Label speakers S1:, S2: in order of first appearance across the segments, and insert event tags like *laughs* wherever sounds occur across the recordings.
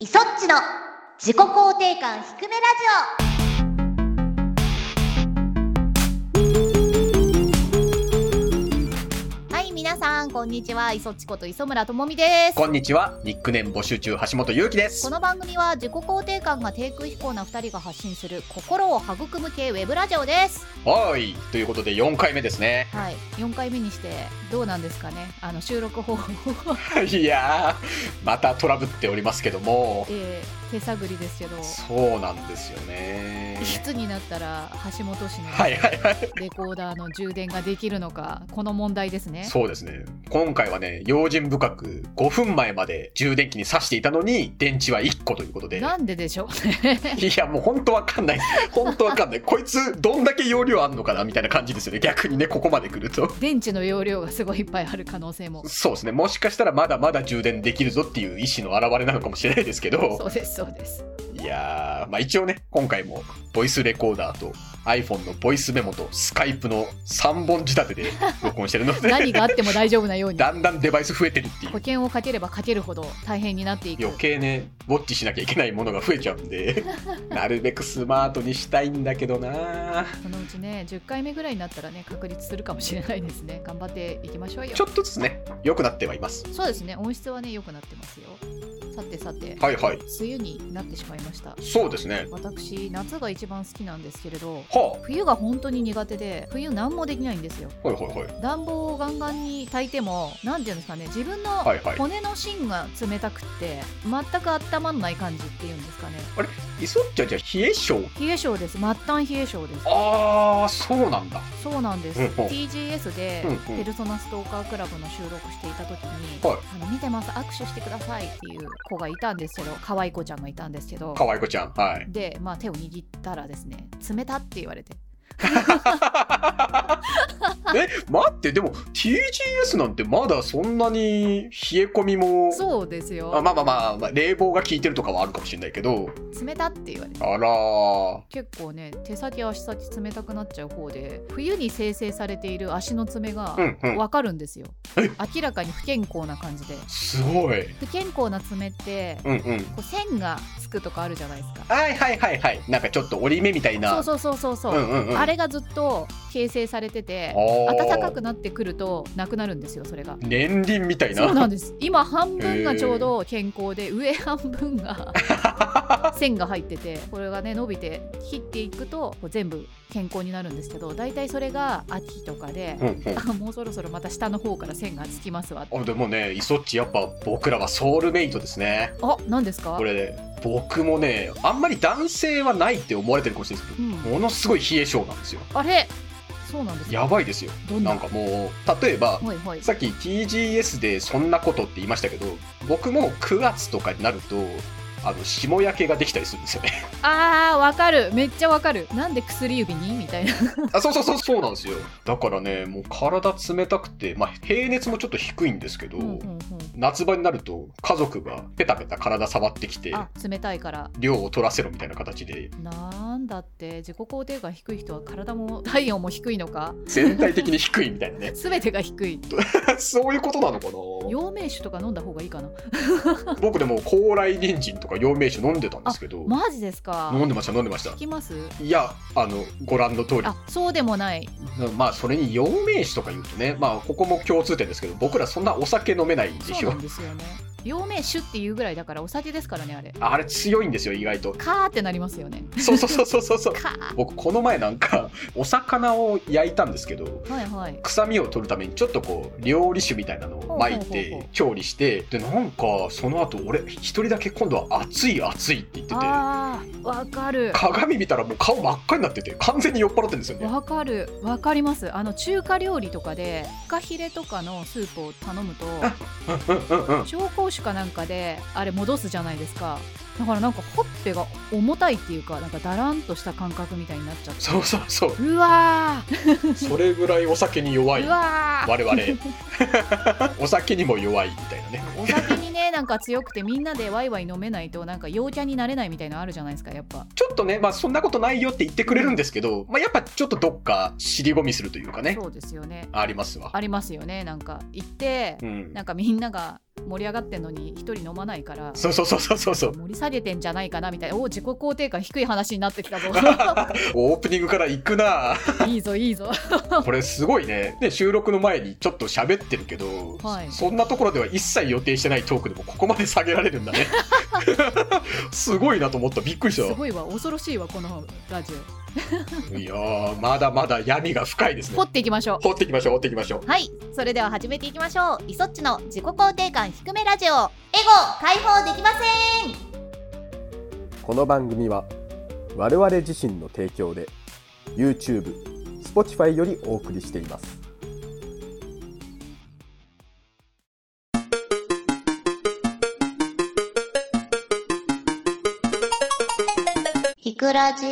S1: イソッチの自己肯定感低めラジオはい皆さんこんにちはイソッチこと磯村智美です
S2: こんにちは、ニックネーム募集中、橋本祐希で
S1: こ
S2: す。
S1: の番組は自己肯定感が低空飛行な2人が発信する心を育む系ウェブラジオです
S2: はい、ということで4回目ですね。 *laughs*
S1: はい4回目にしてどうなんですかねあの収録方法 *laughs* は、
S2: いやー、またトラブっておりますけども、
S1: えー手探りですけど
S2: そうなんですよね。
S1: いつになったら橋本氏の
S2: はいはいはい、
S1: レコーダーの充電ができるのかこの問題ですね
S2: そうですね。今回はね、用心深く5分前まで充電器に挿していたのに、電池は1個ということで。い
S1: なんででしょうね *laughs*
S2: や、もう本当わかんない。本当わかんない。こいつ、どんだけ容量あんのかなみたいな感じですよね。逆にね、ここまで来ると。
S1: 電池の容量がすごいいっぱいある可能性も
S2: そうですね。もしかしたらまだまだ充電できるぞっていう意思の表れなのかもしれないですけど。
S1: そうですそうです
S2: いやー、まあ一応ね、今回もボイスレコーダーと iPhone のボイスメモと Skype の3本仕立てで録音してるので、
S1: 何があっても大丈夫なように
S2: だんだんデバイス増えてるってい
S1: 保
S2: う。
S1: 険をかければかけるほど大変になっていく
S2: 余計ね、ウォッチしなきゃいけないものが増えちゃう
S1: *laughs*
S2: んで、なるべくスマートにしたいんだけどな
S1: そのうちね10回目ぐらいになったらね確立するかもしれないですね頑張っていきましょうよ
S2: ちょっとずつね、良くなってはいます。
S1: そうですね音質はね良くなってますよさてさて
S2: はいはい。
S1: 梅雨になってしまいました
S2: そうですね。
S1: 私夏が一番好きなんですけれど
S2: は
S1: 冬が本当に苦手で冬何もできないんですよ
S2: あ、はいはいはい。
S1: 暖房をガンガンに炊いても何ていうんですかね自分の
S2: はいはい。
S1: 骨の芯が冷たくって全く温まんない感じっていうんですかね
S2: イソッチャじゃあ冷え性
S1: 冷え性です末端冷え性です
S2: あー、そうなんだ。
S1: そうなんです、
S2: うんうん
S1: TGS で
S2: うんうん
S1: 「ペルソナストーカークラブ」の収録していた時に「
S2: はい
S1: あの見てます握手してください」っていう子がいたんですけど可愛い子ちゃんがいたんですけど
S2: かわいこちゃん。はい。
S1: で、まあ、手を握ったらですね「冷た」って言われて
S2: え待ってでも TGS なんてまだそんなに冷え込みも
S1: そうですよ
S2: あまあまあまあ、まあ、冷房が効いてるとかはあるかもしれないけど
S1: 冷たって言われて
S2: あらー
S1: 結構ね手先足先冷たくなっちゃう方で冬に生成されている足の爪が
S2: うんうん
S1: わかるんですよ、
S2: え
S1: 明らかに不健康な感じです
S2: ごい
S1: 不健康な爪って
S2: うんうん
S1: こう線がつくとかあるじゃないですか
S2: はいはいはいはいなんかちょっと折り目みたいな
S1: そうそうそうそうそう、
S2: うんうんうん
S1: あれがずっと形成されてて
S2: あー
S1: 暖かくなってくるとなくなるんですよそれが。
S2: 年輪みたいな
S1: そうなんです今半分がちょうど健康で上半分が
S2: *laughs*
S1: 線が入っててこれがね伸びて切っていくとこう全部健康になるんですけど大体それが秋とかで
S2: う、んうん
S1: あもうそろそろまた下の方から線がつきますわ
S2: あでもねイソッチやっぱ僕らはソウルメイトですね
S1: あ何ですか
S2: これね僕もねあんまり男性はないって思われてるかもしれないです
S1: う
S2: け
S1: ん
S2: ど、ものすごい冷え性なんですよ
S1: あれそうなんですか
S2: やばいですよ
S1: どんな
S2: なんかもう例えば
S1: はいはい
S2: さっき TGS でそんなことって言いましたけど僕も9月とかになるとあの霜焼けができたりするんですよ
S1: *laughs*
S2: ね
S1: あーわかるめっちゃわかるなんで薬指にみたいな
S2: あそうそうそうそうなんですよだからねもう体冷たくて、まあ、平熱もちょっと低いんですけど、
S1: うんうんうん
S2: 夏場になると家族がペタペタ体触ってきて
S1: あ冷たいから
S2: 量を取らせろみたいな形で
S1: なんだって自己肯定感低い人は体も体温も低いのか
S2: 全体的に低いみたいな
S1: *laughs*
S2: ね
S1: 全てが低い
S2: そういうことなのか
S1: 陽明酒とか飲んだ方がいいかな
S2: な僕でも高麗人参とか陽明酒飲んでたんですけど、
S1: マジですか
S2: 飲んでました飲んでました
S1: 聞きます
S2: いやあのご覧の通り
S1: あそうでもない
S2: まあそれに陽明酒とか言うとねまあここも共通点ですけど僕らそんなお酒飲めないんで
S1: そう
S2: し
S1: な
S2: ょ
S1: んですよね陽明酒っていうぐらいだからお酒ですからねあれ
S2: *laughs* あれ強いんですよ意外と
S1: カーってなりますよね
S2: そうそうそうそうそうそう
S1: カー
S2: 僕この前なんかお魚を焼いたんですけど
S1: はいはい
S2: 臭みを取るためにちょっとこう料理酒みたいなのを巻い
S1: ほうほうほうほ
S2: て
S1: う
S2: 調理してでなんかその後俺一人だけ今度は熱い熱いって言ってて
S1: あーわかる
S2: 鏡見たらもう顔真っ赤になってて完全に酔っ払ってるんですよね
S1: わかるわかりますあの中華料理とかでフカヒレとかのスープを頼むと
S2: うんうんうん
S1: 紹興酒かなんかであれ戻すじゃないですかだからなんかほっぺが重たいっていうかなんかだらんとした感覚みたいになっちゃって
S2: そうそうそう
S1: うわ
S2: それぐらいお酒に弱
S1: ー
S2: いう
S1: わー
S2: 我々
S1: *laughs*
S2: お酒にも弱いみたいなね
S1: お酒にね *laughs* なんか強くてみんなでワイワイ飲めないとなんか陽キャになれないみたいなのあるじゃないですかやっぱ
S2: ちょっとねまあそんなことないよって言ってくれるんですけど、まあ、やっぱちょっとどっか尻込みするというかね
S1: そうですよね
S2: ありますわ
S1: ありますよねなんか行って
S2: うん
S1: なんかみんなが盛り上がってんのに一人飲まないから
S2: そうそうそうそうそうそう
S1: 盛り下げてんじゃないかなみたいなおう自己肯定感低い話になってきた
S2: *laughs*
S1: ぞ
S2: オープニングから行
S1: *laughs*
S2: くない
S1: いぞいいぞ
S2: これすごいねで収録の前にちょっと喋ってるけど、
S1: はい
S2: そんなところでは一切予定してないトークでもここまで下げられるん
S1: *laughs*
S2: だねすごいなと思ったびっくりし
S1: す
S2: た
S1: ごいわ恐ろしいわこのラジ
S2: いやーまだまだ闇が深いです
S1: オ
S2: ね
S1: 掘っていきましょう
S2: 掘っていきましょう掘っていきましょう
S3: はい、それでは始めていきましょう。イソッチの自己肯定感低めラジオ。エゴ解放できません。
S4: この番組は我々自身の提供で YouTube、Spotify よりお送りしています。
S3: ひくらじ。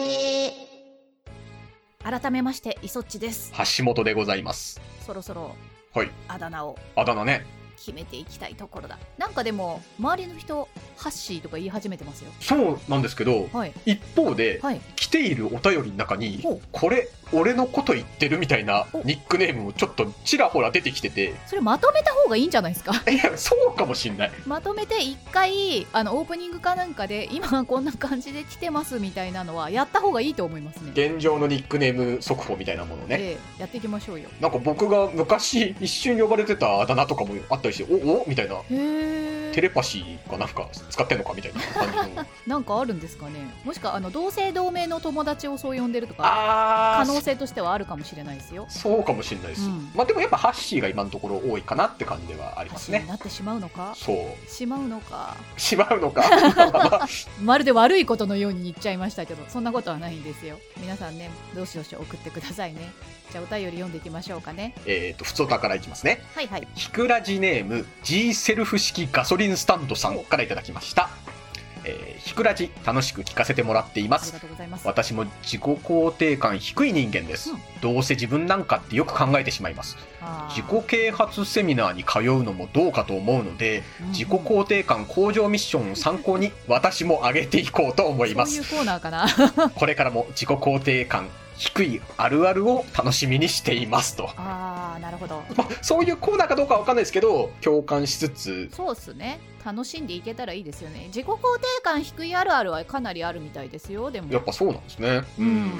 S1: 改めましてイソッチです
S2: 橋本でございます
S1: そろそろ
S2: はい
S1: あだ名を
S2: あだ名ね
S1: 決めていきたいところだなんかでも周りの人ハッシーとか言い始めてますよ
S2: そうなんですけど
S1: はい
S2: 一方で、
S1: はい
S2: 来ているお便りの中に
S1: ほう
S2: これ俺のこと言ってるみたいな
S1: お
S2: ニックネームもちょっとちらほら出てきてて
S1: それまとめた方がいいんじゃないですか *laughs*
S2: いやそうかもしんない
S1: まとめて一回あのオープニングかなんかで今こんな感じで来てますみたいなのはやった方がいいと思いますね
S2: 現状のニックネーム速報みたいなものね、
S1: ええやっていきましょうよ
S2: なんか僕が昔一瞬呼ばれてたあだ名とかもあったりしておおみたいな
S1: へ
S2: テ
S1: え
S2: レパシーかなんか使ってんのかみたいな感じの
S1: なんかあるんですかねもしかあの同姓同名の友達をそう呼んでるとか可
S2: あー
S1: 能性としてはあるかもしれないですよ
S2: そうかもしれないです、
S1: うん
S2: まあでもやっぱハッシーが今のところ多いかなって感じはあります
S1: に
S2: ね
S1: なってしまうのか
S2: そう
S1: しまうのか
S2: しまうのか *laughs* まあまあまあ
S1: まるで悪いことのように言っちゃいましたけどそんなことはないんですよ皆さんねどしどし送ってくださいねじゃあお便り読んでいきましょうかね
S2: えっと普通歌からいきますね
S1: はいはい
S2: ひくらじネーム G セルフ式ガソリンスタンドさんからいただきました、えーひくらじ楽しく聞かせてもらっていま
S1: あり
S2: す
S1: がとうございます
S2: 私も自己肯定感低い人間です、
S1: うん
S2: どうせ自分なんかってよく考えてしまいます
S1: あー
S2: 自己啓発セミナーに通うのもどうかと思うので
S1: うん
S2: 自己肯定感向上ミッションを参考に私も上げていこうと思いま
S1: そう
S2: す
S1: いうコーナーかな
S2: これからも自己肯定感低いあるあるを楽しみにしていますと、
S1: *laughs* あーなるほど
S2: まあ、そういうコーナーかどうかは分かんないですけど共感しつつ
S1: そうっすね楽しんでいけたらいいですよね自己肯定感低いあるあるはかなりあるみたいですよで
S2: や
S1: も
S2: っぱそうなんですね
S1: うん
S2: うん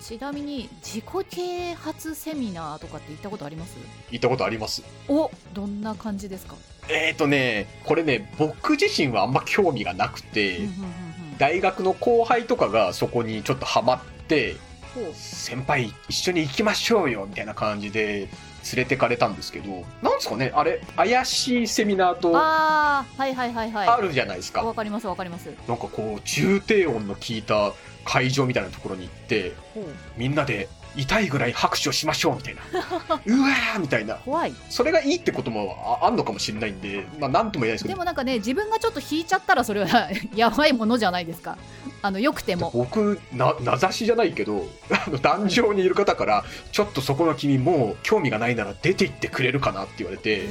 S1: ちなみに自己啓発セミナーとかって行ったことあります
S2: 行ったことあります
S1: おどんな感じですか、
S2: えーとねこれね僕自身はあんま興味がなくて、
S1: うんうんうんうん
S2: 大学の後輩とかがそこにちょっとハマって
S1: ほう
S2: 先輩一緒に行きましょうよみたいな感じで連れてかれたんですけどなんですかねあれ怪しいセミナーとあ
S1: あーはいはいはいはい
S2: るじゃないですか、
S1: わかりますわかります
S2: なんかこう重低音の効いた会場みたいなところに行って
S1: ほう
S2: みんなで痛いぐらい拍手をしましょう
S1: *laughs*
S2: みたいなうわーみたいな
S1: 怖い
S2: それがいいってこともああんのかもしれないんで、まあ、なんとも言えないですけ
S1: で
S2: ど
S1: もなんかね自分がちょっと引いちゃったらそれは *laughs* やばいものじゃないですかあのよくても
S2: 僕な名指しじゃないけど *laughs* あの壇上にいる方から「ちょっとそこの君もう興味がないなら出て行ってくれるかな」って言われて
S1: へ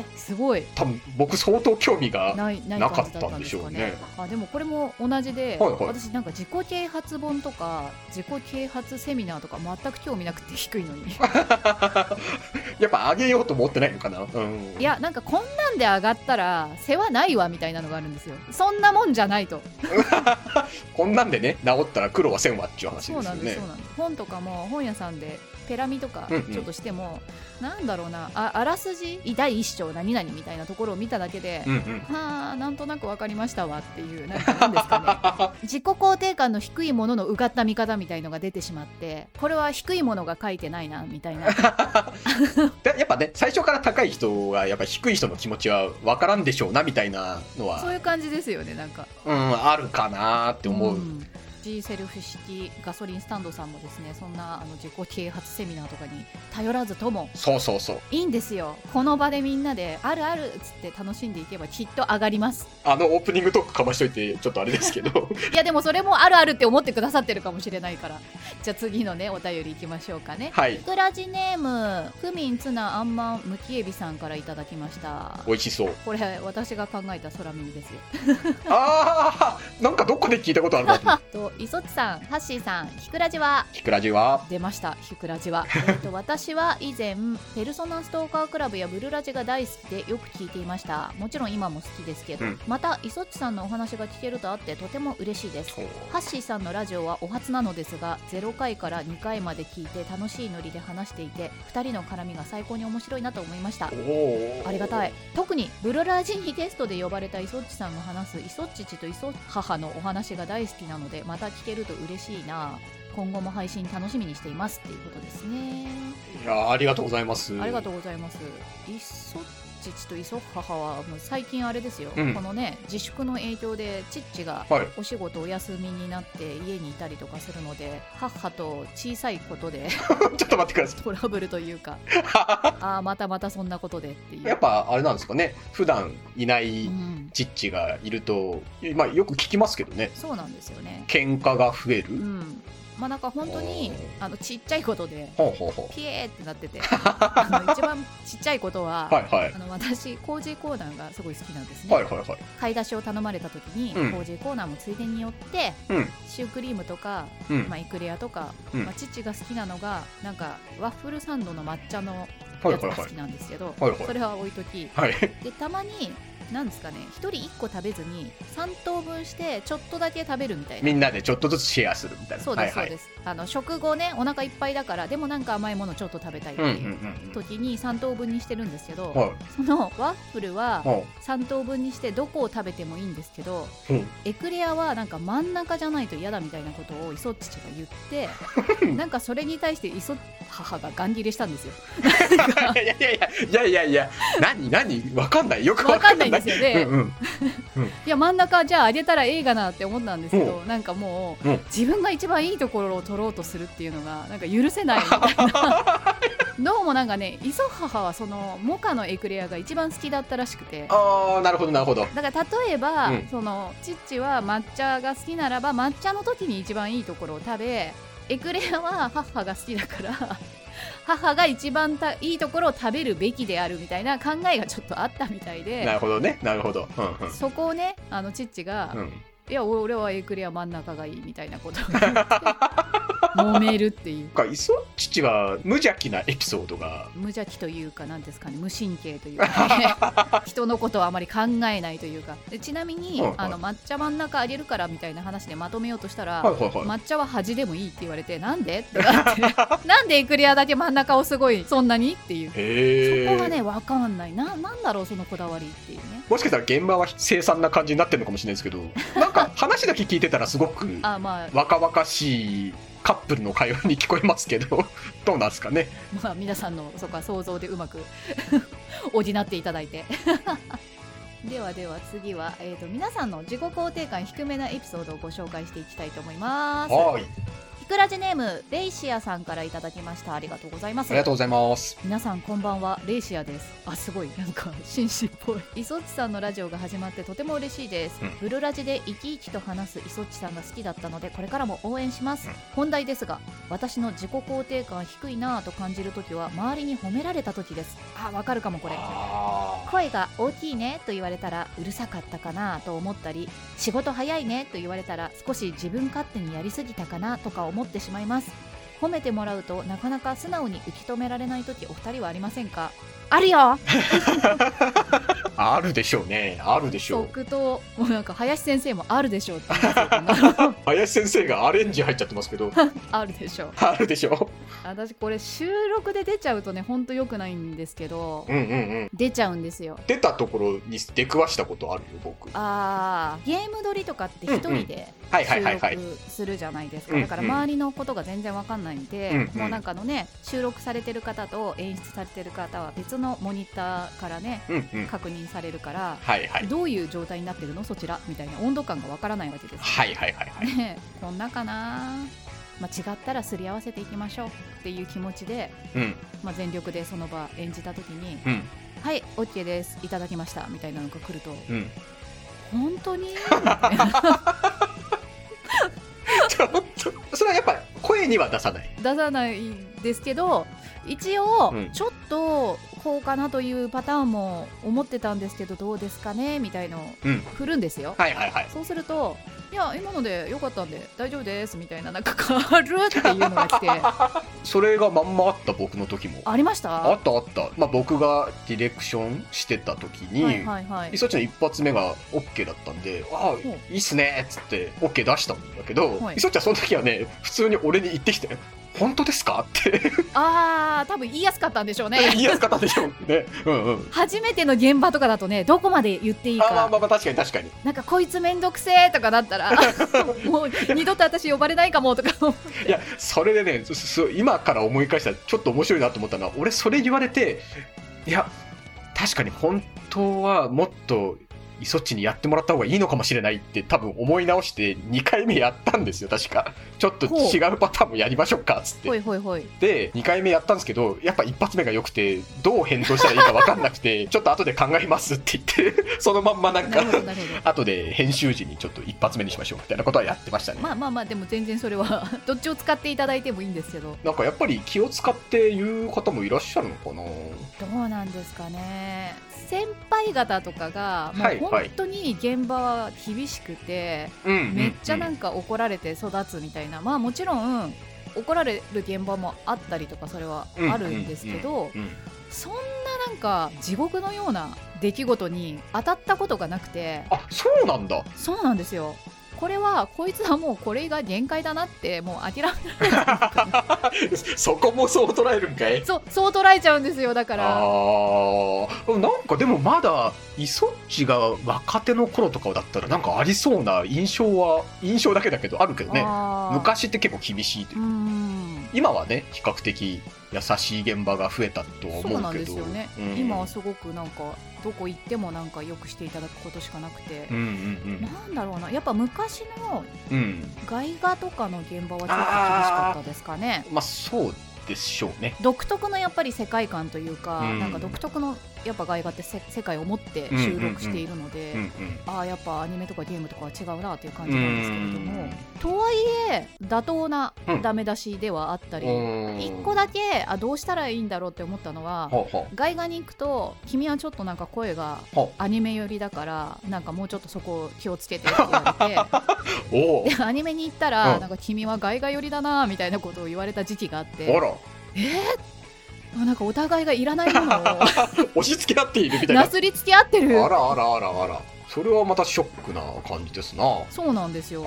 S1: えすごい
S2: 多分僕相当興味が
S1: ないない
S2: なか
S1: 感
S2: っ
S1: じだった
S2: たん
S1: ん
S2: で
S1: で
S2: し
S1: す
S2: ょ
S1: か
S2: う
S1: ね
S2: ね。
S1: あでもこれも同じで、
S2: はいはい
S1: 私なんか自己啓発本とか自己啓発セミナーとか全く興味なくて低い
S2: *laughs*
S1: のに
S2: やっぱ上げようと思ってないのかな、うん、
S1: いやなんかこんなんで上がったら世話ないわみたいなのがあるんですよそんなもんじゃないと
S2: こんなんでね治ったら苦労はせんわっていう話
S1: そう
S2: です
S1: な
S2: よ
S1: んです
S2: ね
S1: そうなんです本とかも本屋さんでペラミとか
S2: うんうん
S1: ちょっとしても、なんだろうなああらすじ第一章何々みたいなところを見ただけで、
S2: うんうん
S1: はあなんとなく分かりましたわっていうなんかなんですか
S2: *laughs*
S1: ね自己肯定感の低いもののうがった見方みたいのが出てしまってこれは低いものが書いてないなみたい
S2: *laughs*
S1: な
S2: でやっぱね最初から高い人がやっぱ低い人の気持ちは分からんでしょうなみたいなの
S1: そう
S2: は
S1: いう感じですよねなんか。
S2: うんあるかなって思う、
S1: ん G セルフ式ガソリンスタンドさんもですねそんなあの自己啓発セミナーとかに頼らずとも
S2: そうそうそう
S1: いいんですよこの場でみんなであるあるっつって楽しんでいけばきっと上がります
S2: あのオープニングトークかましといてちょっとあれです
S1: *laughs*
S2: けど
S1: いやでもそれもあるあるって思ってくださってるかもしれないからじゃあ次のねお便りいきましょうかね
S2: はい
S1: グラジネームクミンツナアンマンムキエビさんからいただきました
S2: 美味しそう
S1: これ私が考えた空耳ですよ
S2: ああなんかどっこで聞いたことあるなと思って。
S1: と磯地さんハッシーさんひくらじは
S2: ひくらじは、
S1: 出ましたひくらじ
S2: *laughs*
S1: は、えっと私は以前ペルソナストーカークラブやブルラジが大好きでよく聞いていましたもちろん今も好きですけど、
S2: うん
S1: また磯地さんのお話が聞けるとあってとても嬉しいですハッシーさんのラジオはお初なのですが0回から2回まで聞いて楽しいノリで話していて2人の絡みが最高に面白いなと思いました
S2: おおー
S1: ありがたい。特にブルラジにゲストで呼ばれたイソッチさんの話すイソッチチとイソ母のお話が大好きなのでまた聞けると嬉しいな今後も配信楽しみにしていますっていうことですね、
S2: いやーありがとうございます。
S1: ありがと
S2: う。
S1: うございますイソッチチとイソ母はもう最近あれですよ、
S2: うん
S1: このね自粛の影響でチッチが
S2: はい。 *laughs*
S1: お仕事お休みになって家にいたりとかするので母と小さいことで *laughs*
S2: ちょっと待ってくださ
S1: トラブルという
S2: *laughs*
S1: か
S2: い。
S1: ああまたまたそんなことでっていう
S2: やっぱあれなんですかね。普段いな
S1: う
S2: い
S1: ん、
S2: チッチがいると、まあよく聞きますけどね。
S1: そうなんですよね
S2: 喧嘩が増える。
S1: うん、まあなんか本当に
S2: お
S1: あのちっちゃいことで
S2: ほうほうほ
S1: ピエーってなって
S2: *laughs*
S1: てあの一番ちっちゃいことは、
S2: う。はいはい。
S1: あの私コージーコーナーがすごい好きなんですね、
S2: はいはいはい。
S1: 買い出しを頼まれた時に、
S2: うん
S1: コージーコーナーもついでに寄って、
S2: うん
S1: シュークリームとか、
S2: うん
S1: まあ、エクレアとか、
S2: うん
S1: まあ、父が好きなのがなんかワッフルサンドの抹茶の
S2: はい
S1: やつ
S2: はい
S1: が好
S2: はい
S1: き。なんですけど、
S2: はいはい
S1: それは置いとき
S2: はい。
S1: でたまになんですかね1人1個食べずに3等分してちょっとだけ食べるみたいな
S2: みんなでちょっとずつシェアするみたいな。
S1: そうです、
S2: は
S1: そ
S2: いは
S1: う
S2: い。
S1: ですあの食後ねお腹いっぱいだからでもなんか甘いものちょっと食べたいって
S2: うんうん
S1: いう
S2: うん
S1: 時に3等分にしてるんですけど、
S2: うん。はい。
S1: そのワッフルは
S2: はい
S1: 3等分にしてどこを食べてもいいんですけど、
S2: うん
S1: エクレアはなんか真ん中じゃないと嫌だみたいなことをイソッチチが言って
S2: *laughs*
S1: なんかそれに対してイソ母がガン切れしたんですよ
S2: いやいやいやいやいやいや何何わかんないよくわ
S1: わ
S2: か
S1: か
S2: ん
S1: ん
S2: な
S1: ないいんですよね、
S2: うんうん
S1: いや真ん中じゃああげたらええがなって思ったんですけど、なんかもう、
S2: うん
S1: 自分が一番いいところを取ろうとするっていうのがなんか許せないみたい
S2: *laughs*
S1: などうもなんかね磯母はそのモカのエクレアが一番好きだったらしくて
S2: ああなるほどなるほど
S1: だから例えば、
S2: うん
S1: そのチッチは抹茶が好きならば抹茶の時に一番いいところを食べエクレアは母が好きだから *laughs* 母が一番たいいところを食べるべきであるみたいな考えがちょっとあったみたいで
S2: なるほどねなるほどうん
S1: そこをねあのチッチが、
S2: うんうん
S1: いや俺はエクレア真ん中がいいみたいなことを言って揉めるっていう
S2: か磯父は無邪気なエピソードが
S1: 無邪気というか何ですかね無神経というか、ね、
S2: *laughs*
S1: 人のことをあまり考えないというかでちなみに、
S2: はいはい
S1: あの抹茶真ん中あげるからみたいな話でまとめようとしたら、
S2: はいはいは
S1: 抹茶は端でもいいって言われてなんでってなって *laughs* なんでエクレアだけ真ん中をすごいそんなにっていう
S2: い
S1: そこ
S2: へ
S1: が
S2: え
S1: ね分かんないななんだろうそのこだわりっていうね
S2: もしかしたら現場は凄惨な感じになってるのかもしれないですけどなんか話だけ聞いてたらすごく
S1: あまあ
S2: 若々しいカップルの会話に聞こえますけど *laughs* どうなんですかね
S1: まあ、皆さんのそこは想像でうまく *laughs* 補っていただいて *laughs* ではでは次は、えー、と皆さんの自己肯定感低めなエピソードをご紹介していきたいと思います
S2: はい
S1: ひくらじネームレイシアさんからいただきましたありがとうございま
S2: あ
S1: す
S2: りがとうございます
S1: 皆さんこんばんはレイシアですあすごいなんか紳士っぽい磯地さんのラジオが始まってとても嬉しいです、
S2: うん
S1: ブルラジで生き生きと話す磯地さんが好きだったのでこれからも応援します、
S2: うん
S1: 本題ですが私の自己肯定感低いなぁと感じるときは周りに褒められたときですあわかるかもこれ
S2: あ
S1: 声が大きいねと言われたらうるさかったかなと思ったり仕事早いねと言われたら少し自分勝手にやりすぎたかなとか思ってしまいます褒めてもらうとなかなか素直に受け止められない時お二人はありませんかあるよ
S2: ーあるでしょうねあるでしょう
S1: 即答もうなんか林先生もあるでしょうって言うんですよこんなの
S2: 林先生がアレンジ入っちゃってますけど
S1: あるでしょう
S2: あるでしょ
S1: 私これ収録で出ちゃうとねほんと良くないんですけど
S2: うんうんうん
S1: 出ちゃうんですよ
S2: 出たところに出くわしたことあるよ僕は
S1: あーゲーム撮りとかって一人で
S2: いはいはいはい
S1: 収録するじゃないです
S2: う
S1: か
S2: ん
S1: だから周りのことが全然わかんないんで、
S2: うん
S1: もうなんかのね収録されてる方と演出されてる方は別のモニターからね
S2: うんうん
S1: 確認されるから、
S2: はいはい
S1: どういう状態になってるのそちらみたいな温度感がわからないわけです、
S2: はいはいはい
S1: *laughs*
S2: はい
S1: ねこんなかな、まあ、違ったらすり合わせていきましょうっていう気持ちで、
S2: うん
S1: まあ、全力でその場演じた時に
S2: うん
S1: 「はい OK ですいただきました」みたいなのが来ると
S2: うん
S1: 「本当に?」みたいな
S2: ちょっとそれはやっぱ声には出さない
S1: 出さないですけど一応
S2: うん
S1: ちょっとこうかなというパターンも思ってたんですけどどうですかねみたいのを
S2: うん
S1: 振るんですよ、
S2: はいはいはい
S1: そうすると「いや今ので良かったんで大丈夫ですみたいななんか軽るっていうのが来て
S2: *laughs* それがまんまあった僕の時も
S1: ありまし
S2: あ
S1: た
S2: ったあった、まあ、僕がディレクションしてた時に、
S1: はいはいはい
S2: そっちの一発目が OK だったんで、あ
S1: ほ
S2: あ、いいっすねっつって OK 出したんだけど、
S1: はい
S2: い、そっちはその時はね、普通に俺に言ってきて、本当ですかって
S1: あー多分言いやすかったんでしょうね
S2: 言いやすかったでしょうね。うんうん。
S1: 初めての現場とかだとねどこまで言っていい
S2: あまあ
S1: か
S2: まあまあ確かに確かに。
S1: なんかこいつめんどくせえとかだった
S2: *laughs*
S1: らもう二度と私呼ばれないかもとか思う
S2: いや、それでね、すす今から思い返したらちょっと面白いなと思ったのは、俺それ言われて、いや、確かに本当はもっと、イソッチにやってもらった方がいいのかもしれないって多分思い直して2回目やったんですよ確かちょっと違うパターンもやりましょうかっつって
S1: ほいほいほい
S2: で2回目やったんですけどやっぱ一発目が良くてどう返答したらいいか分かんなくて *laughs* ちょっと後で考えますって言ってそのまんまなん
S1: な
S2: か
S1: るほどなるほど
S2: 後で編集時にちょっと一発目にしましょうみたいなことはやってましたね、
S1: まあまあまあでも全然それは *laughs* どっちを使っていただいてもいいんですけど
S2: なんかやっぱり気を使って言う方もいらっしゃるのかな
S1: どうなんですかね先輩方とかがも
S2: は
S1: う
S2: いはい
S1: 本当に現場は厳しくて、
S2: うん
S1: めっちゃなん
S2: か
S1: か怒られて育つみたいな、まあもちろん怒られる現場もあったりとかそれはあるんですけど、そんななんか地獄のような出来事に当たったことがなくて
S2: あそうなんだ
S1: そうなんですよこれはこいつはもうこれが限界だなってもう諦め
S2: *laughs* そこもそう捉えるんかい
S1: そうそう捉えちゃうんですよだから
S2: あーなんかでもまだイソッチが若手の頃とかだったらなんかありそうな印象は印象だけだけどあるけどね
S1: あー
S2: 昔って結構厳しいという
S1: うーん
S2: 今はね比較的優しい現場が増えたとは思うけど
S1: そうなんですよね、
S2: うん
S1: 今はすごくなんかどこ行ってもなんかよくしていただくことしかなくて
S2: うん、
S1: なんだろうなやっぱ昔の
S2: うんうんうん
S1: 外画とかの現場はちょっと厳しかったですかね
S2: まあそうでしょうね
S1: 独特のやっぱり世界観というか、
S2: うん
S1: なんか独特のやっぱ外画ってせ世界を持って収録しているので、
S2: うんうん
S1: ああやっぱアニメとかゲームとかは違うなという感
S2: う
S1: じなんですけれども
S2: ん
S1: とはいえ妥当な
S2: うん
S1: ダメ出しではあったり、
S2: うん
S1: 一個だけあどうしたらいいんだろうって思ったのは、
S2: ほうほう
S1: 外画に行くと君はちょっとなんか声が
S2: ほ
S1: アニメ寄りだからなんかもうちょっとそこ気をつけてって言われ
S2: うおお *laughs*
S1: てでアニメに行ったら、
S2: うん
S1: なんか君は外画寄りだなみたいなことを言われた時期があっ
S2: あ
S1: て
S2: ら
S1: なんかお互いがいらないものを
S2: 押し付け合っている *laughs* みたいな
S1: なすりつけ合ってる
S2: あらあらあらあらそれはまたショックな感じですな
S1: そうなんですよ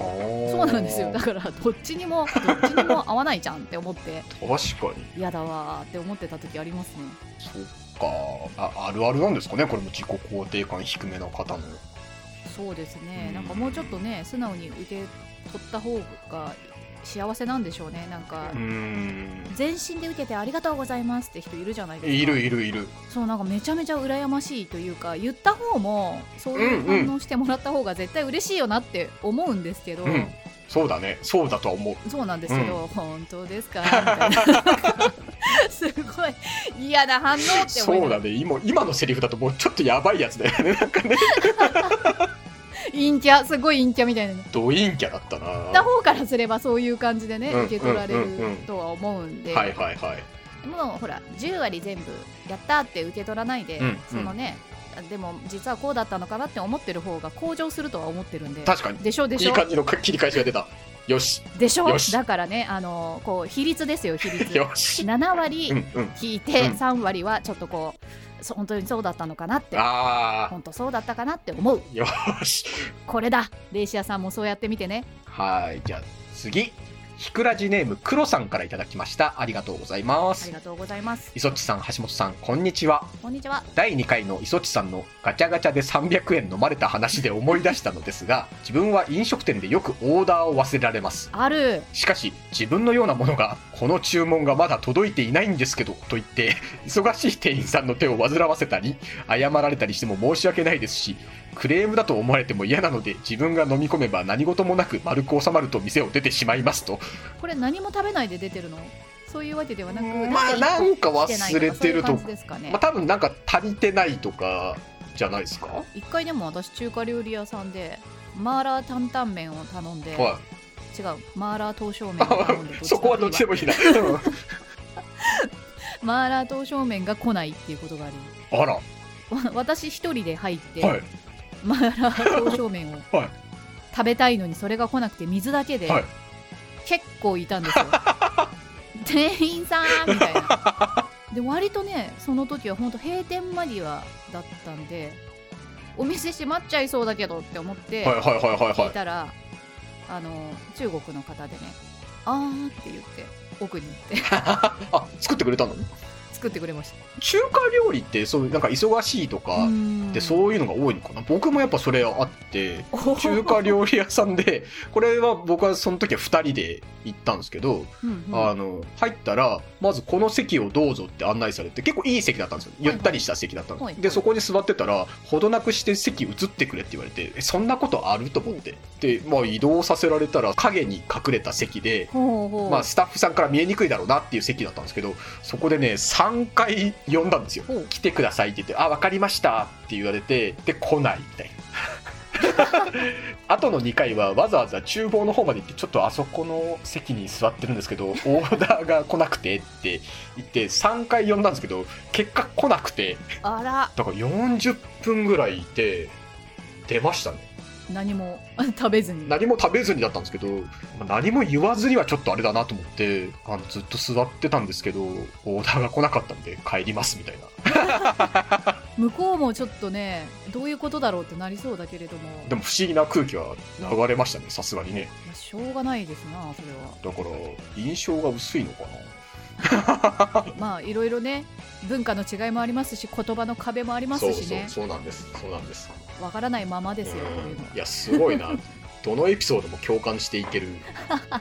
S2: そ
S1: そうなんですよだからどっちにもどっちにも合わないじゃんって思って
S2: 確かに
S1: 嫌だわーって思ってた時ありますね
S2: そっかああるあるなんですかねこれも自己肯定感低めの方の
S1: そうですね
S2: うん
S1: なんかもうちょっとね素直に受け取った方が幸せなんでしょうねなんか
S2: うーん
S1: 全身で受けてありがとうございますって人いるじゃないですか
S2: いるいるいる
S1: そうなんかめちゃめちゃ羨ましいというか言った方もそういう反応してもらった方が絶対嬉しいよなって思うんですけど、
S2: うんそうだねそうだとは思う
S1: そうなんですけど、本当ですかみたいなすごい嫌な反応って思いな
S2: そう
S1: がら
S2: だね今今のセリフだともうちょっとやばいやつ *laughs* だよねなんかね
S1: 陰キャすごい陰キャみたいなね
S2: ド陰キャだったな
S1: 言った
S2: は
S1: 方からすればそういう感じでね、
S2: うん
S1: 受け取られる
S2: うんうんうん
S1: とは思うんで、
S2: いはいはい
S1: もうほら10割全部やったって受け取らないで、
S2: うん
S1: そのねでも実はこうだったのかなって思ってる方が向上するとは思ってるんで
S2: 確かに
S1: でしょで
S2: い
S1: し
S2: い
S1: ょ
S2: 感じの切り返しが出たよし
S1: でしょ
S2: よし
S1: だからねあのこう比率ですよ比率
S2: よし
S1: 7割
S2: うんうん
S1: 引いて
S2: うん
S1: 3割はちょっとこうそ本当にそうだったのかなって
S2: あ
S1: 本当そうだったかなって思う
S2: ーよし
S1: これだレイシアさんもそうやってみてね
S2: はいじゃあ次ひくらじネームクロさんからいただきましたありがとうございま
S1: あ
S2: す
S1: りがとうございます
S2: 磯地さん橋本さんこんにちは
S1: こんにちは
S2: 第2回の磯地さんのガチャガチャで300円飲まれた話で思い出したのですが自分は飲食店でよくオーダーを忘れられます
S1: ある
S2: しかし自分のようなものがこの注文がまだ届いていないんですけどと言って忙しい店員さんの手を煩わせたり謝られたりしても申し訳ないですしクレームだと思われても嫌なので自分が飲み込めば何事もなく丸く収まると店を出てしまいますと
S1: これ何も食べないで出てるのそういうわけではなく
S2: まあなんか忘れてると
S1: 一個来ないかそういう感じですかね
S2: まあ、多分なんか足りてないとかじゃないですか、
S1: 一回でも私中華料理屋さんでマーラー担々麺を頼
S2: *laughs*
S1: んで、
S2: は
S1: 違うマーラー刀削麺
S2: *laughs*
S1: を頼んでどっ
S2: い、
S1: ちだ
S2: そ
S1: って言
S2: こは
S1: えば
S2: どっちでもいいな
S1: マーラー刀削麺が来ないっていうことがあり
S2: あらは
S1: わ私一人で入って、
S2: い
S1: マーラー刀削麺を
S2: *laughs* は
S1: 頼
S2: い
S1: 食べたいのにそれが来なくて水だけで
S2: はい
S1: 結構いたん
S2: *laughs*
S1: ですよ店員さんみたいなで割とねその時は本当閉店間際だったんでお店閉まっちゃいそうだけどって思って
S2: はいはいはいはい
S1: 聞い
S2: は
S1: たら、あの中国の方でね「あー」って言って奥に行って *laughs*
S2: い。あ、作ってくれたの
S1: 作ってくれまし
S2: 中華料理って、そういう、なんか忙しいと
S1: た
S2: か、で、そういうのが多いのかな僕もやっぱそれあって、
S1: おー
S2: 中華料理屋さんで、 *laughs* これは僕はその時は2人で行ったんですけど、
S1: うんうん
S2: あの、入ったら、まずこの席をどうぞって案内されて、結構いい席だったんですよ。ゆったりした席だったんです。
S1: はいはい
S2: で、そこに座ってたら、ほどなくして席移ってくれって言われて、えそんなことあると思って。で、まあ移動させられたら、影に隠れた席で、
S1: ほうほう
S2: まあスタッフさんから見えにくいだろうなっていう席だったんですけど、そこでね、3回呼んだんですよ
S1: ほう。
S2: 来てくださいって言って、あ、わかりましたって言われて、で、来ないみたいな。あとの2回はわざわざ厨房の方まで行ってちょっとあそこの席に座ってるんですけどオーダーが来なくてって言って3回呼んだんですけど結果来なくて
S1: あら
S2: だから40分ぐらいいて出ましたね
S1: 何も *laughs* 食べずに
S2: 何も食べずにだったんですけどまあ何も言わずにはちょっとあれだなと思ってあのずっと座ってたんですけどオーダーが来なかったんで帰りますみたいな
S1: 向こうもちょっとねどういうことだろうってなりそうだけれども
S2: でも不思議な空気は流れましたねさすがにね
S1: いやしょうがないですなそれは。
S2: だから印象が薄いのかな
S1: まあいろいろね文化の違いもありますし言葉の壁もありますしね
S2: そうそうそうなんですそうなんです
S1: わからないままですよこう
S2: う
S1: いうんのはい
S2: やすごいなどのエピソードも共感して
S1: *laughs*
S2: いけるあ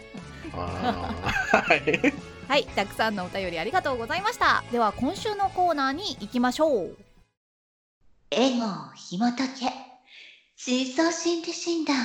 S2: ーはい
S3: はい、たくさんのお便りありがとうございました。では今週のコーナーに行きましょう。エゴを紐解け。真相心理診断。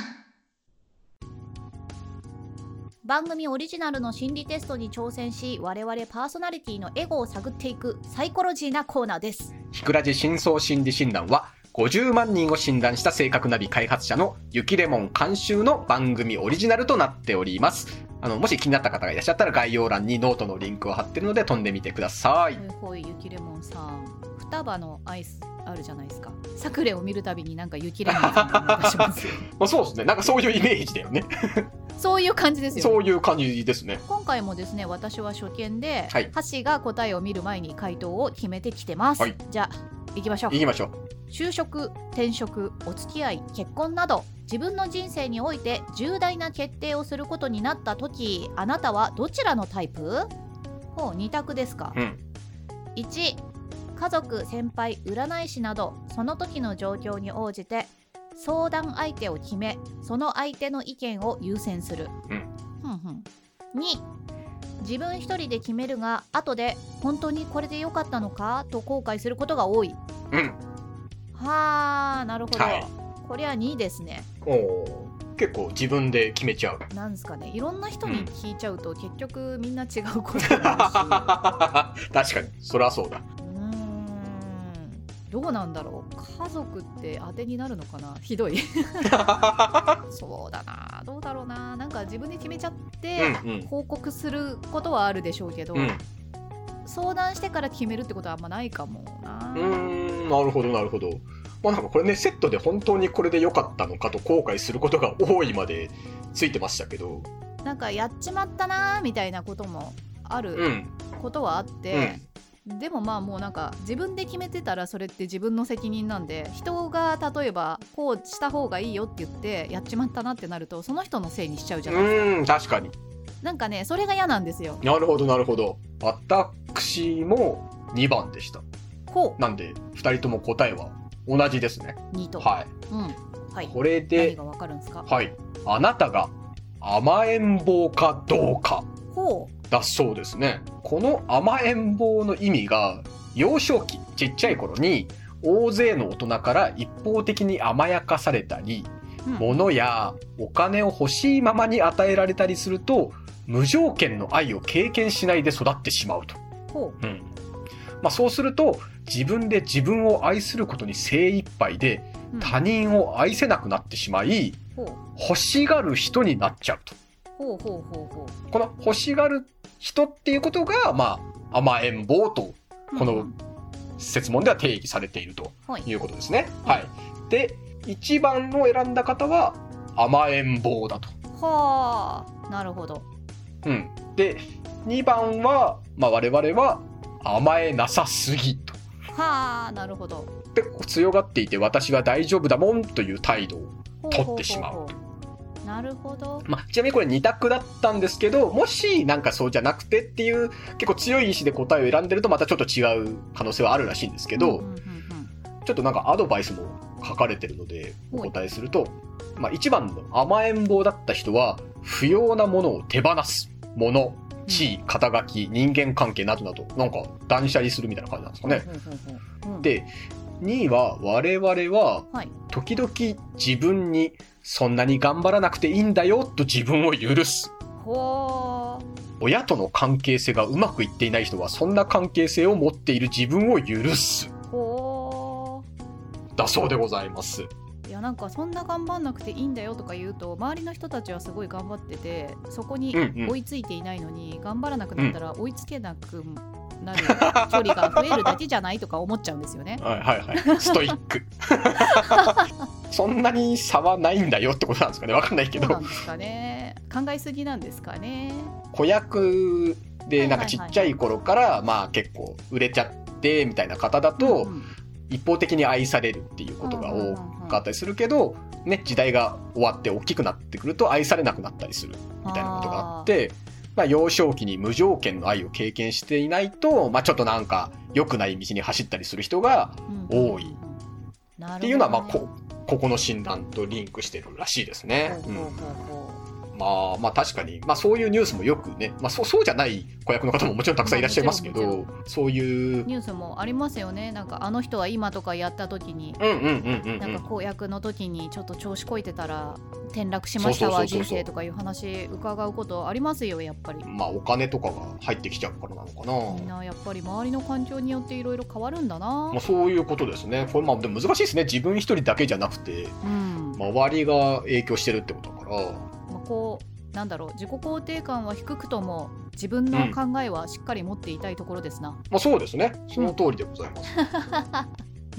S3: 番組オリジナルの心理テストに挑戦し、我々パーソナリティのエゴを探っていくサイコロジーなコーナーです。
S2: ひくらじ深層心理診断は50万人を診断した性格ナビ開発者のゆきレモン監修の番組オリジナルとなっておりますあのもし気になった方がいらっしゃったら概要欄にノートのリンクを貼ってるので飛んでみてください
S1: ほいゆきレモンさん双葉のアイスあるじゃないですかサクレを見るたびになんかゆきレモンさんの思い出し
S3: *laughs*
S1: ますよ
S2: まあ、そうですねなんかそういうイメージだよね
S1: *laughs* そういう感じですよ
S2: そういう感じですね
S1: 今回もですね私は初見で、
S2: はい
S1: 箸が答えを見る前に回答を決めてきてます、
S2: はい
S1: じゃあ行きましょう
S2: いきましょう
S1: 就職転職お付き合い結婚など自分の人生において重大な決定をすることになった時あなたはどちらのタイプほう2択ですか、
S2: うん
S3: 1家族先輩占い師などその時の状況に応じて相談相手を決めその相手の意見を優先する、
S2: うん
S3: ふんふん2自分一人で決めるが後で本当にこれで良かったのかと後悔することが多い
S2: うん
S3: はあなるほど、
S2: はい
S3: こりゃ2ですね
S2: おー結構自分で決めちゃう
S3: なんですかねいろんな人に聞いちゃうと結局みんな違うことに
S2: *laughs* 確
S3: なるし
S2: *laughs* かにそりゃそうだ
S3: うーん
S1: どうなんだろう家族って当てになるのかなひ
S2: *laughs*
S1: どいそうだなどうだろうななんか自分で決めちゃって
S2: うんうん
S1: 報告することはあるでしょうけど、
S2: うん
S1: 相談してから決めるってことはあんまないかもな
S2: うーんなるほどなるほどまあなんかこれねセットで本当にこれで良かったのかと後悔することが多いまでついてましたけど
S1: なんかやっちまったなみたいなこともあ
S2: う
S1: る
S2: ん
S1: ことはあって、でもまあもうなんか自分で決めてたらそれって自分の責任なんで人が例えばこうした方がいいよって言ってやっちまったなってなるとその人のせいにしちゃうじゃ
S2: う
S1: ないですか、
S2: ーん確かに
S1: なんかねそれが嫌なんですよ
S2: なるほどなるほど私も2番でした
S1: こ
S2: なんで2人とも答えは同じですね
S1: う2と、
S2: はい
S1: うんはい、
S2: これ
S1: 何
S2: で
S1: がわかるんですか
S2: はいあなたが甘えん坊かどうか
S1: ほう
S2: だそうですねこの甘えん坊の意味が幼少期ちっちゃい頃に大勢の大人から一方的に甘やかされたり、
S1: うん
S2: 物やお金を欲しいままに与えられたりすると無条件の愛を経験しないで育ってしまうと、
S1: ほ
S2: うんまあ、そうすると自分で自分を愛することに精一杯で
S1: うん
S2: 他人を愛せなくなってしまい
S1: ほう
S2: 欲しがる人になっちゃうと。
S1: ほうほうほうほう
S2: この欲しがる人っていうことが、まあ、甘えん坊と、こ
S1: うんう
S2: の
S1: ん
S2: 説問では定義されていると
S1: はい
S2: いうことですね。はい。で、1番を選んだ方は、甘えん坊だと。
S1: はあなるほど
S2: うん、で2番は、まあ、我々は甘えなさすぎと。
S1: はあなるほど
S2: で強がっていて私は大丈夫だもんという態度を
S1: ほうほうほうほう
S2: 取ってしまう
S1: なるほど
S2: まあ、ちなみにこれ2択だったんですけどもしなんかそうじゃなくてっていう結構強い意志で答えを選んでるとまたちょっと違う可能性はあるらしいんですけど、
S1: うんうんうんうん
S2: ちょっとなんかアドバイスも書かれてるのでお答えすると、まあ、1番の甘えん坊だった人は不要なものを手放すもの地位肩書き人間関係などなどなんか断捨離するみたいな感じなんですかね。
S1: ほうほうほうほううん
S2: で2位は我々は
S1: はい
S2: 時々自分にそんなに頑張らなくていいんだよと自分を許す
S1: ほう
S2: 親との関係性がうまくいっていない人はそんな関係性を持っている自分を許す
S1: ほ
S2: だそうでございます
S1: ういやなんかそんな頑張んなくていいんだよとか言うと周りの人たちはすごい頑張っててそこに
S2: うんうん
S1: 追いついていないのに、頑張らなくなったら追いつけなくな
S2: *laughs*。
S1: る距離が増えるだけじゃないとか思っちゃうんですよね
S2: はいはい *laughs* はいストイックそんなに差はないんだよってことなんですかねわかんないけ
S1: そうな
S2: ど
S1: んですかね考えすぎなんですかね。
S2: 子役でなんかちっちゃい頃からまあ結構売れちゃってみたいな方だと
S1: うんうん
S2: 一方的に愛されるっていうことが多かったりするけど、ね、時代が終わって大きくなってくると愛されなくなったりするみたいなことがあってまあ、幼少期に無条件の愛を経験していないと、まあ、ちょっとなんか良くない道に走ったりする人が多い
S1: なるほどね
S2: っていうのは、まあ、こここの診断とリンクしてるらしいですね。
S1: ほ
S2: う
S1: うほうんほうほう
S2: まあ、まあ確かに、まあ、そういうニュースもよくね、まあ、そうそうじゃない子役の方ももちろんたくさんいらっしゃいますけ
S1: まあもち
S2: どそういう。
S1: ニュースもありますよねなんかあの人は今とかやった時に
S2: うんうんうんうんうん
S1: なんか公約の時にちょっと調子こいてたら転落しましたわ
S2: そうそうそうそう
S1: 人生とかいう話伺うことありますよやっぱり
S2: まあお金とかが入ってきちゃうからなのかな。
S1: みんなやっぱり周りの環境によっていろいろ変わるんだな
S2: まあ、そういうことですね。これまあでも難しいですね。自分一人だけじゃなくて
S1: うんま
S2: 周りが影響してるってことだから。
S1: あこうなんだろう自己肯定感は低くとも自分の考えはしっかり持っていたいところですな、
S2: まあそうですね。その通りでございます。
S1: まあ、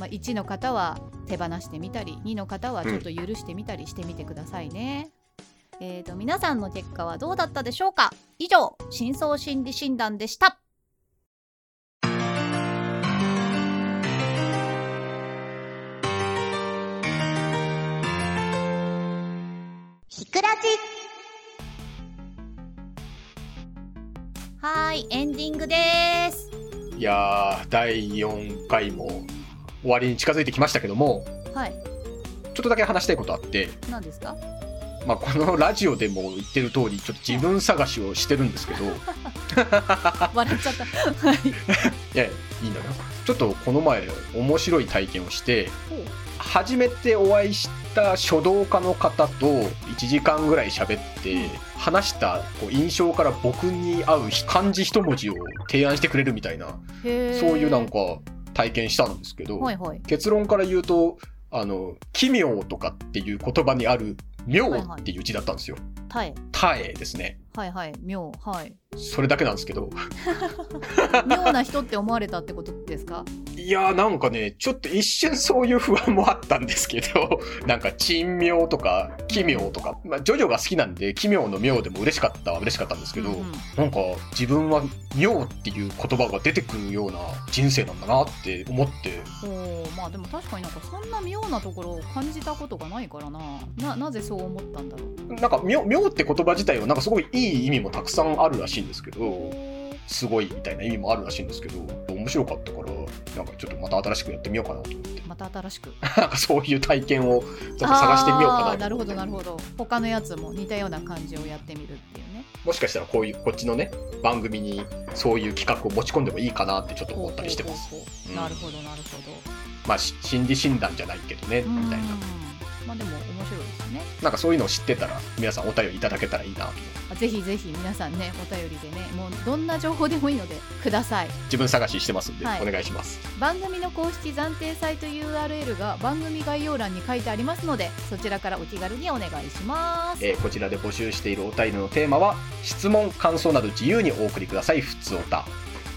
S1: 1の方は手放してみたり2の方はちょっと許してみたりしてみてくださいね、えー、と皆さんの結果はどうだったでしょうか以上深層心理診断でした
S5: ひくらじ
S1: はーいエンディングです
S2: いやー第4回も終わりに近づいてきましたけども
S1: はい
S2: ちょっとだけ話したいことあって、
S1: 何ですか
S2: まあ、このラジオでも言ってる通りちょっと自分探しをしてるんで
S1: *laughs*
S2: すけどい
S1: 笑っちゃったはい
S2: やいいんだよちょっとこの前面白い体験をして初めてお会いした書道家の方と1時間ぐらい喋って話したこう印象から僕に合う漢字一文字を提案してくれるみたいな
S1: へー
S2: そういうなんか体験したんですけど
S1: はいはい
S2: 結論から言うとあの奇妙とかっていう言葉にある妙
S1: はいはい
S2: っていう字だったんですよ。
S1: たえ
S2: たえですね。
S1: はいはい妙 *laughs* はい
S2: それだけなんですけど
S1: 妙な人って思われたってことですか
S2: いやーなんかねちょっと一瞬そういう不安もあったんですけど *laughs* なんか珍妙とか奇妙とか、まあ、ジョジョが好きなんで奇妙の妙でも嬉しかったは嬉しかったんですけど、
S1: うんうん
S2: なんか自分は妙っていう言葉が出てくるような人生なんだなって思って
S1: おーまあでも確かになんかそんな妙なところを感じたことがないからなななぜそう思ったんだろう
S2: なんか妙妙って言葉自体はなんかすごいいい意味もたくさんあるらしいんですけど
S1: へ
S2: すごいみたいな意味もあるらしいんですけど面白かったからなんかちょっとまた新しくやってみようかなと思って *laughs*
S1: ーまた新しく
S2: なんかそういう体験をちょっと探してみようか
S1: あー
S2: なと思って
S1: なるほどなるほど他のやつも似たような感じをやってみるっていうね
S2: もしかしたらこういうこっちのね番組にそういう企画を持ち込んでもいいかなってちょっと思ったりしてます
S1: ほうほうほうほう
S2: うん
S1: なるほどなるほど
S2: まあし心理診断じゃないけどねみたいな
S1: うんまあでも面白いですね
S2: なんかそういうのを知ってたら皆さんお便りいただけたらいいなと
S1: あぜひぜひ皆さんねお便りでねもうどんな情報でもいいのでください
S2: 自分探ししてますんで、
S1: はい
S2: お願いします
S1: 番組の公式暫定サイト URL が番組概要欄に書いてありますのでそちらからお気軽にお願いします
S2: えーこちらで募集しているお便りのテーマは質問感想など自由にお送りくださいふつおた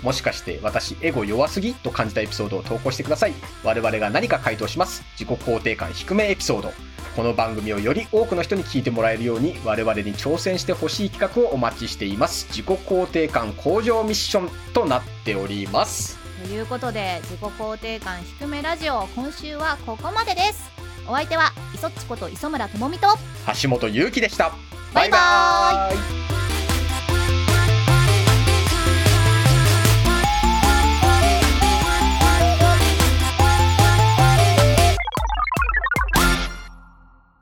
S2: もしかして私エゴ弱すぎと感じたエピソードを投稿してください我々が何か回答します自己肯定感低めエピソードこの番組をより多くの人に聞いてもらえるように我々に挑戦してほしい企画をお待ちしています自己肯定感向上ミッションとなっております
S1: ということで自己肯定感低めラジオ今週はここまでですお相手は磯っちこと磯村智美と
S2: 橋本優希でした
S1: バイバ
S2: イ